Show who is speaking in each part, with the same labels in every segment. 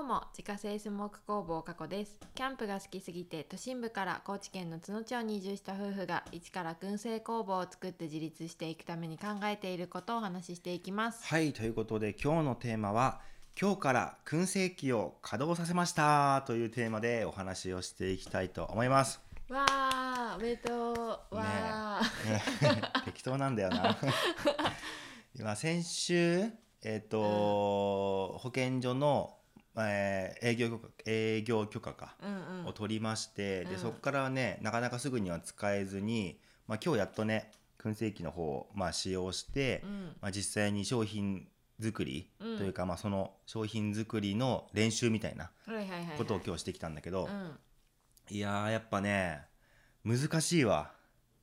Speaker 1: うも自家製スモーク工房加古ですキャンプが好きすぎて都心部から高知県の津野町に移住した夫婦が一から燻製工房を作って自立していくために考えていることをお話ししていきます
Speaker 2: はい、ということで今日のテーマは今日から燻製機を稼働させましたというテーマでお話をしていきたいと思 います。
Speaker 1: わーおめでとうわー、
Speaker 2: ね適当なんだよな。 今先週えっ、と、保健所の、えー営業許可営業許可か、
Speaker 1: うんうん
Speaker 2: を取りまして、
Speaker 1: う
Speaker 2: で
Speaker 1: ん
Speaker 2: そこからねなかなかすぐには使えずに、まあ、今日やっとね燻製機の方を、まあ、使用して、
Speaker 1: うん
Speaker 2: まあ、実際に商品作りというか、まあ、その商品作りの練習みたいな
Speaker 1: はいはいはいはい
Speaker 2: ことを今日してきたんだけど、
Speaker 1: う
Speaker 2: い
Speaker 1: ん
Speaker 2: やーやっぱね難しいわ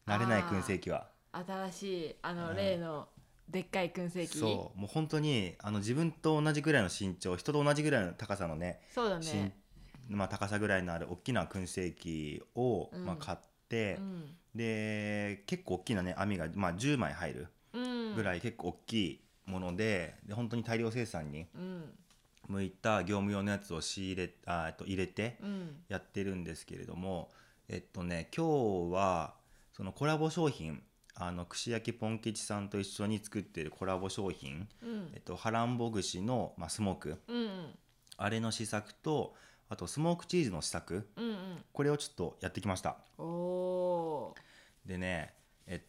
Speaker 2: 慣れない燻製機は。
Speaker 1: 新しいあの、
Speaker 2: うん
Speaker 1: 例のでっかい燻製機
Speaker 2: そうもう本当にあの自分と同じぐらいの身長人と同じぐらいの高さのね
Speaker 1: そうだ
Speaker 2: 身
Speaker 1: ね、
Speaker 2: まあ、高さぐらいのある大きな燻製機を、
Speaker 1: うん
Speaker 2: まあ、買って
Speaker 1: う、ん
Speaker 2: で結構大きなね網が、まあ、10枚入る
Speaker 1: うん、
Speaker 2: ぐ
Speaker 1: い、
Speaker 2: らい結構大きいものでで本当に大量生産に
Speaker 1: うん
Speaker 2: 向いた業務用のやつを仕入れあえっと入れて
Speaker 1: うん、
Speaker 2: やってるんですけれどもえっとね今日はそのコラボ商品あの串焼きポン吉さんと一緒に作ってるコラボ商品、
Speaker 1: うん
Speaker 2: えっと、ハランボ串の、まあ、スモーク
Speaker 1: うん
Speaker 2: あれの試作とあとスモークチーズの試作
Speaker 1: うんうん
Speaker 2: これをちょっとやってきました
Speaker 1: おお
Speaker 2: でねえっ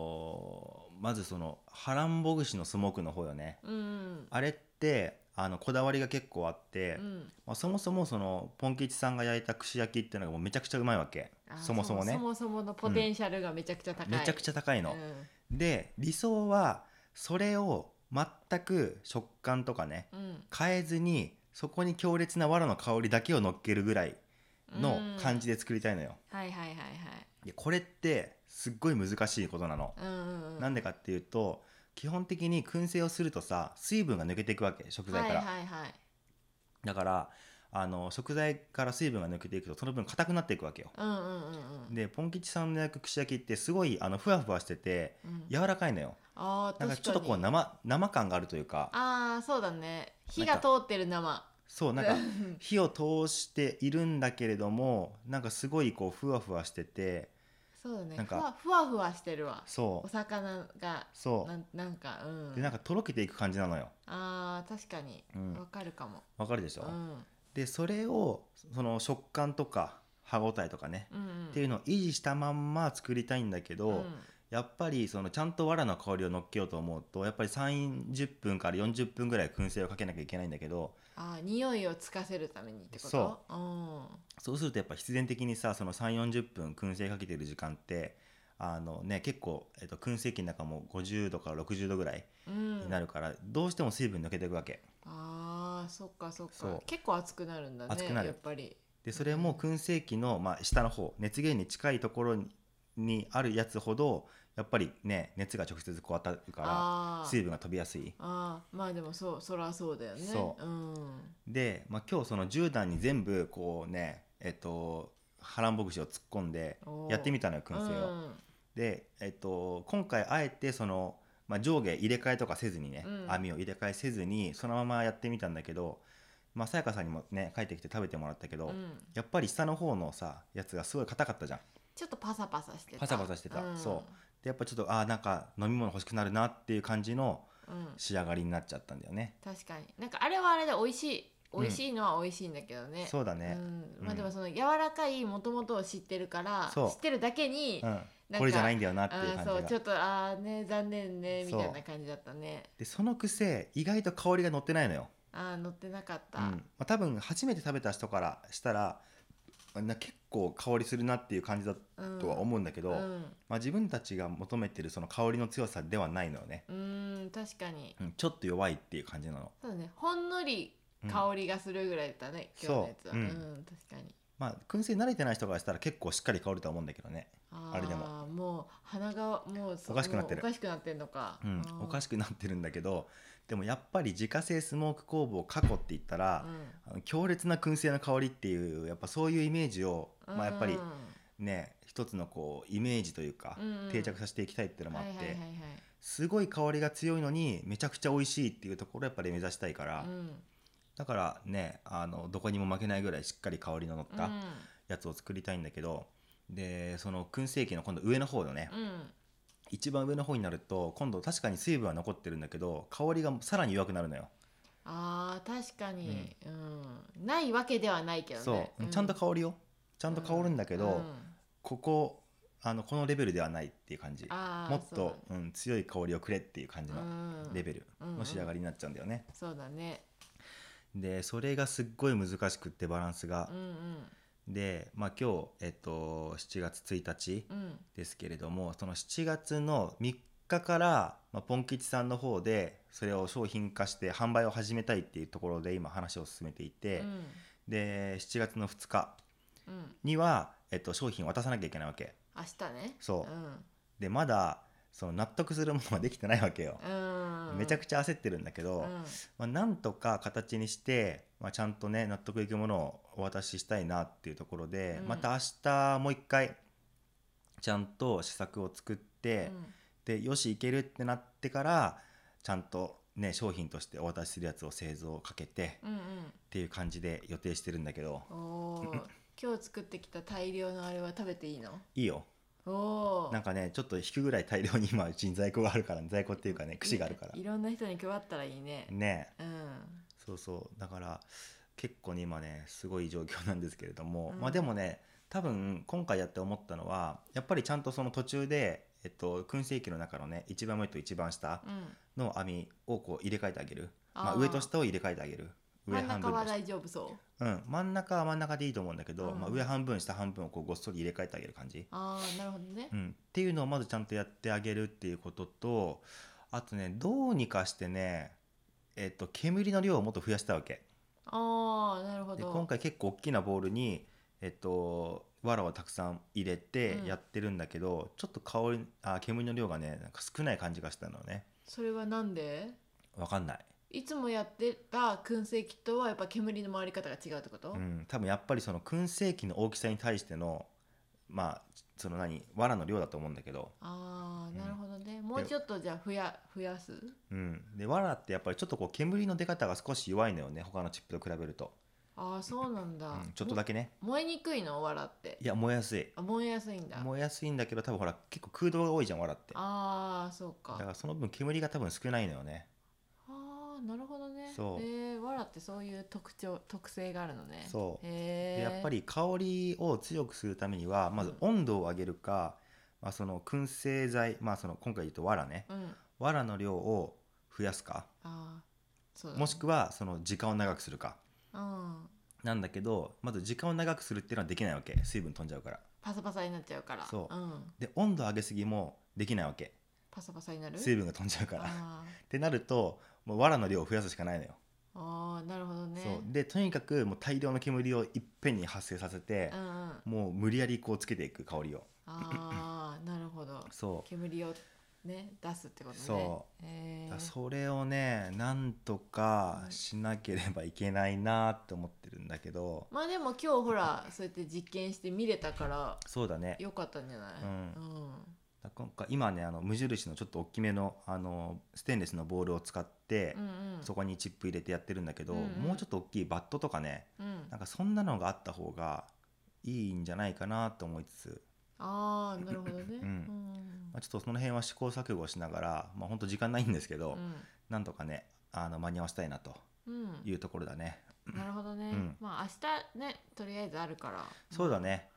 Speaker 2: とまずそのハランボ串のスモークの方よね
Speaker 1: ーうん
Speaker 2: あれってあのこだわりが結構あって、
Speaker 1: うん
Speaker 2: まあ、そもそもそのポン吉さんが焼いた串焼きっていうのがもうめちゃくちゃうまいわけ
Speaker 1: あー
Speaker 2: そもそもね
Speaker 1: そもそものポテンシャルがめちゃくちゃ高い、
Speaker 2: めちゃくち
Speaker 1: ゃ
Speaker 2: ゃ高いの、で理想はそれを全く食感とかね
Speaker 1: うんうん
Speaker 2: 変えずにそこに強烈な藁の香りだけを乗っけるぐらいの感じで作りたいのよ、
Speaker 1: はいはいはいはい
Speaker 2: でこれってすっごい難しいことなの、
Speaker 1: うんうんうん
Speaker 2: なんでかっていうと基本的に燻製をするとさ水分が抜けていくわけ食材から、
Speaker 1: はいはいはい
Speaker 2: だからあの食材から水分が抜けていくとその分硬くなっていくわけよ
Speaker 1: うんうんうんうん
Speaker 2: でポン吉さんの焼く串焼きってすごいあのふわふわしてて
Speaker 1: うん
Speaker 2: 柔らかいのよ
Speaker 1: あー
Speaker 2: なんかちょっとこう
Speaker 1: 確かに
Speaker 2: 生生感があるというか
Speaker 1: あーそうだね火
Speaker 2: な
Speaker 1: が
Speaker 2: ん
Speaker 1: 通
Speaker 2: か
Speaker 1: ってる生
Speaker 2: そうなんか
Speaker 1: うん
Speaker 2: 火を通しているんだけれどもなんかすごいこうふわふわしてて
Speaker 1: そうだね
Speaker 2: なんか
Speaker 1: ふわふわふわしてるわ
Speaker 2: そ
Speaker 1: お
Speaker 2: う
Speaker 1: 魚が
Speaker 2: そ
Speaker 1: なんなんかうん
Speaker 2: うでなんかとろけていく感じなのよ
Speaker 1: あー確かに
Speaker 2: うん
Speaker 1: わかるかも、
Speaker 2: わかるでし
Speaker 1: うん、
Speaker 2: ょ、
Speaker 1: うん
Speaker 2: でそれをその食感とか歯ごたえとかね、
Speaker 1: うん
Speaker 2: っていうのを維持したまんま作りたいんだけど、
Speaker 1: うん
Speaker 2: やっぱりそのちゃんと藁の香りを乗っけようと思うとやっぱり30分から40分ぐらい燻製をかけなきゃいけないんだけど
Speaker 1: あー匂いをつかせるためにってこと、
Speaker 2: そう
Speaker 1: ん、
Speaker 2: そうするとやっぱ必然的にさその340分燻製かけてる時間ってあのね結構、えっと、燻製器の中も50度から60度ぐらい
Speaker 1: うん、
Speaker 2: になるから、どうしても水分抜けていくわけ
Speaker 1: あーそっかそっか
Speaker 2: そう
Speaker 1: 結構熱くなるんだね
Speaker 2: 熱くなる
Speaker 1: やっぱり
Speaker 2: でそれも燻製器の、まあ、下の方熱源に近いところににあるやつほどやっぱりね熱が直接こう当たるか
Speaker 1: あ
Speaker 2: ら
Speaker 1: ー
Speaker 2: 水分が飛びやすい
Speaker 1: あーまあでもそうそらそうだよね、
Speaker 2: そう
Speaker 1: ん、
Speaker 2: で、まあ、今日その10段に全部こうねえっと波乱牧師を突っ込んで
Speaker 1: おー
Speaker 2: やってみたのよ燻製を。で、えっと、今回あえてその、まあ、上下入れ替えとかせずにね、
Speaker 1: うん
Speaker 2: 網を入れ替えせずにそのままやってみたんだけどまあさやかさんにもね帰ってきて食べてもらったけ
Speaker 1: う
Speaker 2: ど、
Speaker 1: んうん
Speaker 2: やっぱり下の方のさやつがすごい硬かったじゃん。
Speaker 1: ちょっとパサパサしてた
Speaker 2: パサパサしてたそ
Speaker 1: うん
Speaker 2: でやっぱちょっとあーなんか飲み物欲しくなるなっていう感じの
Speaker 1: うん、
Speaker 2: 仕上がりになっちゃったんだよね。
Speaker 1: 確かになんかあれはあれで美味しい
Speaker 2: うん
Speaker 1: 美味しいのは美味しいんだけどね、
Speaker 2: そうだ
Speaker 1: う
Speaker 2: ね、
Speaker 1: んまあでもその柔らかいもともとを知ってるから知
Speaker 2: そう
Speaker 1: ってるだけに、
Speaker 2: う
Speaker 1: あ
Speaker 2: んこれじゃないんだよなっていう
Speaker 1: ー
Speaker 2: 感
Speaker 1: そう
Speaker 2: じ
Speaker 1: ちょ
Speaker 2: が
Speaker 1: っとああね残念ねみ
Speaker 2: そう
Speaker 1: たいな感じだったね
Speaker 2: でそのくせ意外と香りが乗ってないのよ、
Speaker 1: ああ乗ってなかった、
Speaker 2: うんまあ、多分初めて食べた人からしたらあな結構香りするなっていう感じだ
Speaker 1: うん
Speaker 2: とは思うんだけど、
Speaker 1: うん
Speaker 2: まあ、自分たちが求めてるその香りの強さではないのよね、
Speaker 1: うーん確かに
Speaker 2: うん、ちょっと弱いっていう感じなの、
Speaker 1: そうだねほんのり
Speaker 2: うん
Speaker 1: 香りがするぐらいだったね、今日のやつは、
Speaker 2: そううんうん
Speaker 1: 確かに
Speaker 2: まあ燻製慣れてない人からしたら結構しっかり香るとは思うんだけどね
Speaker 1: あ
Speaker 2: あれで
Speaker 1: ももう鼻がもうそ
Speaker 2: おかしくなってる
Speaker 1: もうおかしくなってんのか、
Speaker 2: うん、おか
Speaker 1: し
Speaker 2: しくなってるんだけどでもやっぱり自家製スモーク工房過去って言ったら、あの強烈な燻製の香りっていうやっぱそういうイメージを、
Speaker 1: うん、
Speaker 2: まあ、やっぱり
Speaker 1: うん
Speaker 2: ね一つのこうイメージというか、
Speaker 1: うんうん
Speaker 2: 定着させていきたいっていうのもあ
Speaker 1: は
Speaker 2: っ
Speaker 1: い
Speaker 2: て、
Speaker 1: はいはいはい
Speaker 2: すごい香りが強いのにめちゃくちゃ美味しいっていうところをやっぱり目指したいから、
Speaker 1: うん
Speaker 2: だからねあのどこにも負けないぐらいしっかり香りの乗っ
Speaker 1: うん
Speaker 2: たやつを作りたいんだけど、でその燻製器の今度上の方のね、
Speaker 1: うん
Speaker 2: 一番上の方になると今度確かに水分は残ってるんだけど香りがさらに弱くなるのよ、
Speaker 1: あー確かに、うんないわけではないけど
Speaker 2: そ
Speaker 1: ね
Speaker 2: うちゃんと香りよちゃんと香るんだけど、
Speaker 1: うん
Speaker 2: ここあのこのレベルではないっていう感じ
Speaker 1: あー
Speaker 2: もっとう、ん、強い香りをくれっていう感じ
Speaker 1: そうだ
Speaker 2: の
Speaker 1: ねうん
Speaker 2: レベルの仕上がりになっちゃうんだよね、
Speaker 1: そうだね
Speaker 2: でそれがすっごい難しくってバランスが
Speaker 1: う、んうん
Speaker 2: で、まあ、今日、えっと、7月1日
Speaker 1: うん
Speaker 2: ですけれどもその7月の3日から、まあ、ポン吉さんの方でそれを商品化して販売を始めたいっていうところで今話を進めていて、
Speaker 1: うん
Speaker 2: で7月の2日
Speaker 1: うん
Speaker 2: には、えっと、商品を渡さなきゃいけないわけ
Speaker 1: 明日ね
Speaker 2: そううんでまだその納得するものができてないわけよ、
Speaker 1: うん
Speaker 2: めちゃく
Speaker 1: ち
Speaker 2: ちゃ焦ってるんだけ
Speaker 1: うん
Speaker 2: ど、まあ、なんとか形にして、まあ、ちゃんとね納得いくものをお渡ししたいなっていうところで、
Speaker 1: うん
Speaker 2: また明日もう一回ちゃんと試作を作って、でよしいけるってなってからちゃんとね商品としてお渡しするやつを製造をかけてっ
Speaker 1: うんうん
Speaker 2: ていう感じで予定してるんだけど
Speaker 1: うんお ー今日作ってきた大量のあれは食べていいの
Speaker 2: いいよ
Speaker 1: おお
Speaker 2: なんかねちょっと引くぐらい大量に今 うちに在庫があるから、在庫っていうかね串があるから
Speaker 1: いいろんな人に配ったらいいね
Speaker 2: ね
Speaker 1: うん
Speaker 2: そうそうだから結構ね今ねすごい状況なんですけれども、
Speaker 1: うん
Speaker 2: まあでもね多分今回やって思ったのはやっぱりちゃんとその途中で、えっと、燻製器の中のね一番上と一番下
Speaker 1: うん
Speaker 2: の網をこう入れ替えてあげるまあ、
Speaker 1: あー
Speaker 2: 上と下を入れ替えてあげる上
Speaker 1: 真ん中は
Speaker 2: と下
Speaker 1: 大丈夫そう
Speaker 2: うん、真ん中は真ん中でいいと思うんだけど、
Speaker 1: うん
Speaker 2: まあ、上半分下半分をこうごっそり入れ替えてあげる感じ、
Speaker 1: ああなるほどね
Speaker 2: うん、っていうのをまずちゃんとやってあげるっていうこととあとねどうにかしてねえっと煙の量をもっと増やしたわけ。
Speaker 1: ああなるほ
Speaker 2: で
Speaker 1: ど
Speaker 2: 今回結構大きなボウルに、えっと、藁をたくさん入れて
Speaker 1: うん
Speaker 2: やってるんだけど、ちょっと香りあ煙の量がねなんか少ない感じがしたのね
Speaker 1: それはなんで
Speaker 2: わかんない、
Speaker 1: いつもやってた燻製器とはやっぱ煙の回り方が違うってこと、
Speaker 2: うん、多分やっぱりその燻製器の大きさに対してのまあその何藁の量だと思うんだけど、
Speaker 1: あ
Speaker 2: う
Speaker 1: あ
Speaker 2: ん
Speaker 1: なるほどね、もうちょっとじゃあ増や増やす
Speaker 2: うん、で藁ってやっぱりちょっとこう煙の出方が少し弱いのよね他のチップと比べると、
Speaker 1: ああそうなんだ、
Speaker 2: うん、ちょっとだけね
Speaker 1: も燃えにくいの藁って
Speaker 2: いや燃えやすい
Speaker 1: あ燃えやすいんだ
Speaker 2: 燃えやすいんだけど多分ほら結構空洞が多いじゃん藁ってだ
Speaker 1: ああそうか
Speaker 2: からその分煙が多分少ないのよね
Speaker 1: ああなるほどね
Speaker 2: そう
Speaker 1: えー、藁ってそういう特徴特性があるのね
Speaker 2: そう
Speaker 1: へ
Speaker 2: で
Speaker 1: え
Speaker 2: やっぱり香りを強くするためにはまず温度を上げるか、まあ、その燻製剤、まあ、その今回言うと藁ね
Speaker 1: うん
Speaker 2: 藁の量を増やすか
Speaker 1: ああそうだ、ね、
Speaker 2: もしくはその時間を長くするか
Speaker 1: うん
Speaker 2: なんだけどまず時間を長くするっていうのはできないわけ水分飛んじゃうから
Speaker 1: パサパサになっちゃうから、
Speaker 2: そうんで温度上げすぎもできないわけ
Speaker 1: パサパサになる
Speaker 2: 水分が飛んじゃうからっ
Speaker 1: あー
Speaker 2: てなるともう藁の量を増やすしかないのよ、
Speaker 1: あーなるほどね
Speaker 2: そうでとにかくもう大量の煙をいっぺんに発生させて
Speaker 1: う、んうん、
Speaker 2: もう無理やりこうつけていく香りを
Speaker 1: ああなるほど
Speaker 2: そう
Speaker 1: 煙をね出すってことね
Speaker 2: そ
Speaker 1: え
Speaker 2: だ
Speaker 1: ー
Speaker 2: それをねなんとか
Speaker 1: はい
Speaker 2: しなければいけないなって思ってるんだけど
Speaker 1: まあでも今日ほらそうやって実験して見れたから
Speaker 2: そうだね
Speaker 1: よかったんじゃない、
Speaker 2: うん
Speaker 1: うん
Speaker 2: だ今回今ねあの無印のちょっと大きめのあのステンレスのボールを使って
Speaker 1: う、んうん
Speaker 2: そこにチップ入れてやってるんだけど、
Speaker 1: うんうん
Speaker 2: もうちょっと大きいバットとかね
Speaker 1: うん
Speaker 2: なんかそんなのがあった方がいいんじゃないかなと思いつつ、
Speaker 1: ああなるほどね、
Speaker 2: うん
Speaker 1: うん
Speaker 2: まあ、ちょっとその辺は試行錯誤しながら、まあ、ほんと時間ないんですけど、なんとかねあの間に合わせたいなと
Speaker 1: うん
Speaker 2: いうところだね、
Speaker 1: うんなるほどね、
Speaker 2: うん
Speaker 1: まあ明日ねとりあえずあるから
Speaker 2: そうだね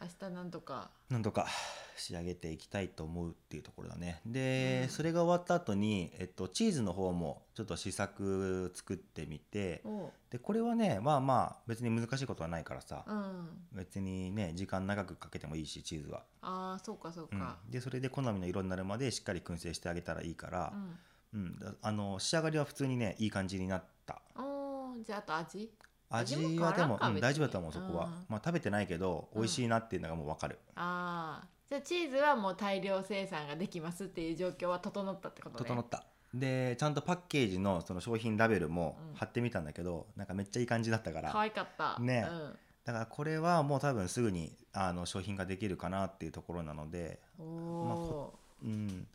Speaker 1: 明日なんとか
Speaker 2: なんとか仕上げていきたいと思うっていうところだねで、
Speaker 1: うん
Speaker 2: それが終わった後にえっとチーズの方もちょっと試作作ってみて
Speaker 1: おう
Speaker 2: でこれはねまあまあ別に難しいことはないからさ、
Speaker 1: うん
Speaker 2: 別にね時間長くかけてもいいしチーズは、
Speaker 1: ああそうかそう
Speaker 2: うん
Speaker 1: か、
Speaker 2: でそれで好みの色になるまでしっかり燻製してあげたらいいか
Speaker 1: う
Speaker 2: ら、
Speaker 1: ん
Speaker 2: うんだあの仕上がりは普通にねいい感じになった
Speaker 1: おーじゃああと味味
Speaker 2: 味
Speaker 1: も
Speaker 2: はで
Speaker 1: 変わらん
Speaker 2: も、
Speaker 1: か
Speaker 2: うん
Speaker 1: 別に
Speaker 2: 大丈夫だと思うそこは、
Speaker 1: うん
Speaker 2: まあ食べてないけど美味しいなっていうのがもう分かる、
Speaker 1: ああじゃあチーズはもう大量生産ができますっていう状況は整ったってことね
Speaker 2: 整ったでちゃんとパッケージのその商品ラベルも
Speaker 1: うん
Speaker 2: 貼ってみたんだけど、なんかめっちゃいい感じだったから
Speaker 1: 可愛かった
Speaker 2: ね
Speaker 1: うん
Speaker 2: だからこれはもう多分すぐにあの商品化できるかなっていうところなので
Speaker 1: お
Speaker 2: まあ
Speaker 1: お、
Speaker 2: うん、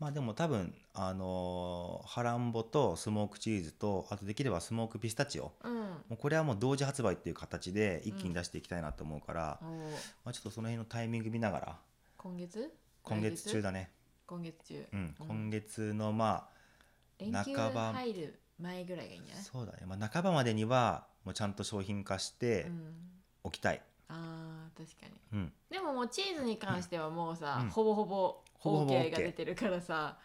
Speaker 2: まあでも多分あのーハランボとスモークチーズとあとできればスモークピスタチオ
Speaker 1: うん
Speaker 2: もうこれはもう同時発売っていう形で一気に出していきたいなと思うから、
Speaker 1: おー
Speaker 2: まあ、ちょっとその辺のタイミング見ながら
Speaker 1: 今月
Speaker 2: 今月中
Speaker 1: だ
Speaker 2: だね、
Speaker 1: 今月中
Speaker 2: うん、
Speaker 1: うん
Speaker 2: 今月のま
Speaker 1: 連休
Speaker 2: 半ば
Speaker 1: 入る前ぐらいがいいんじゃ
Speaker 2: あ
Speaker 1: ない
Speaker 2: そうだね、まあ、半ばまでにはもうちゃんと商品化して
Speaker 1: うん
Speaker 2: おきたい、
Speaker 1: あー確かに
Speaker 2: うん、
Speaker 1: でももうチーズに関してはもうさ、
Speaker 2: うん
Speaker 1: ほぼほぼ
Speaker 2: ほぼほぼ
Speaker 1: OK が
Speaker 2: OK
Speaker 1: 出てるからさ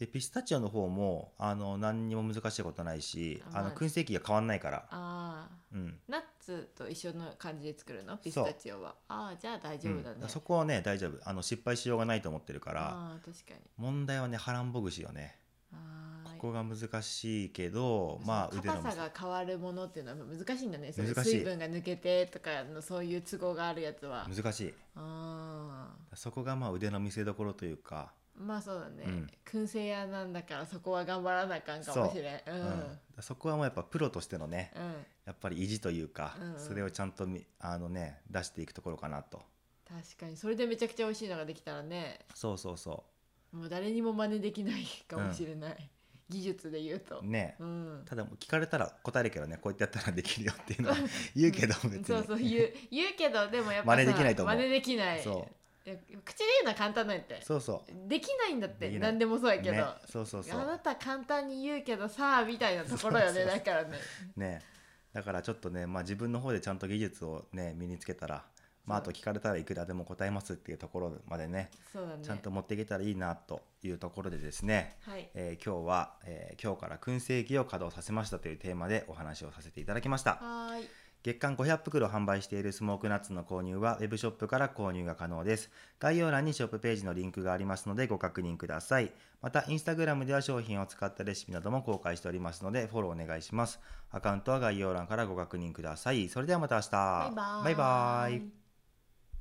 Speaker 2: でピスタチオの方もあの何にも難しいことないし
Speaker 1: あ
Speaker 2: あの
Speaker 1: まあ
Speaker 2: 燻製器が変わんないから、
Speaker 1: あ
Speaker 2: うん
Speaker 1: ーナッツと一緒の感じで作るのピスタチオはああじゃあ大丈夫だね、
Speaker 2: うんそこはね大丈夫あの失敗しようがないと思ってるから
Speaker 1: ああ確かに
Speaker 2: 問題はねハランボ串よね
Speaker 1: あー
Speaker 2: ここが難しいけど
Speaker 1: その
Speaker 2: まあ腕の
Speaker 1: 硬
Speaker 2: 見
Speaker 1: さ
Speaker 2: せ
Speaker 1: が変わるものっていうのは難しいんだねそういう
Speaker 2: 難しい
Speaker 1: 水分が抜けてとかのそういう都合があるやつは
Speaker 2: 難しい
Speaker 1: あー
Speaker 2: そこがまあ腕の見せ所というか、
Speaker 1: まあそうだね、
Speaker 2: うん
Speaker 1: 燻製屋なんだからそこは頑張らなあかんかもしれんう
Speaker 2: うんんそこはもうやっぱプロとしてのね
Speaker 1: うん
Speaker 2: やっぱり意地というか、
Speaker 1: うんうん
Speaker 2: それをちゃんとみあの、ね、出していくところかなと
Speaker 1: 確かにそれでめちゃくちゃ美味しいのができたらね
Speaker 2: そうそうそ
Speaker 1: もう誰にも真似できないかもしれない、技術で言うと
Speaker 2: う、ね
Speaker 1: うん、
Speaker 2: ただもう聞かれたら答えるけどねこうやってやったらできるよっていうのは言うけど別に
Speaker 1: そうそう言う言うけどでもやっぱ
Speaker 2: 真似できないと思う
Speaker 1: 真似できない
Speaker 2: そ
Speaker 1: いや口で言うのは簡単なんやって
Speaker 2: そうそ
Speaker 1: できないんだって
Speaker 2: できない
Speaker 1: 何でもそう
Speaker 2: う
Speaker 1: やけど、
Speaker 2: ね、そうそうそ
Speaker 1: あな
Speaker 2: う
Speaker 1: た簡単に言うけどさあみたいなところよ
Speaker 2: そう
Speaker 1: ね
Speaker 2: そうそう
Speaker 1: だからね
Speaker 2: ねだからちょっとね、まあ、自分の方でちゃんと技術を、ね、身につけたら、まあ、あと聞かれたらいくらでも答えますっていうところまでね
Speaker 1: そうだね
Speaker 2: ちゃんと持っていけたらいいなというところでですね、
Speaker 1: はい
Speaker 2: えー今日は、えー今日から燻製機を稼働させましたというテーマでお話をさせていただきました
Speaker 1: はーい
Speaker 2: 月間500袋販売しているスモークナッツの購入はウェブショップから購入が可能です概要欄にショップページのリンクがありますのでご確認くださいまたインスタグラムでは商品を使ったレシピなども公開しておりますのでフォローお願いしますアカウントは概要欄からご確認くださいそれではまた明日
Speaker 1: バイバーイ
Speaker 2: バイバーイ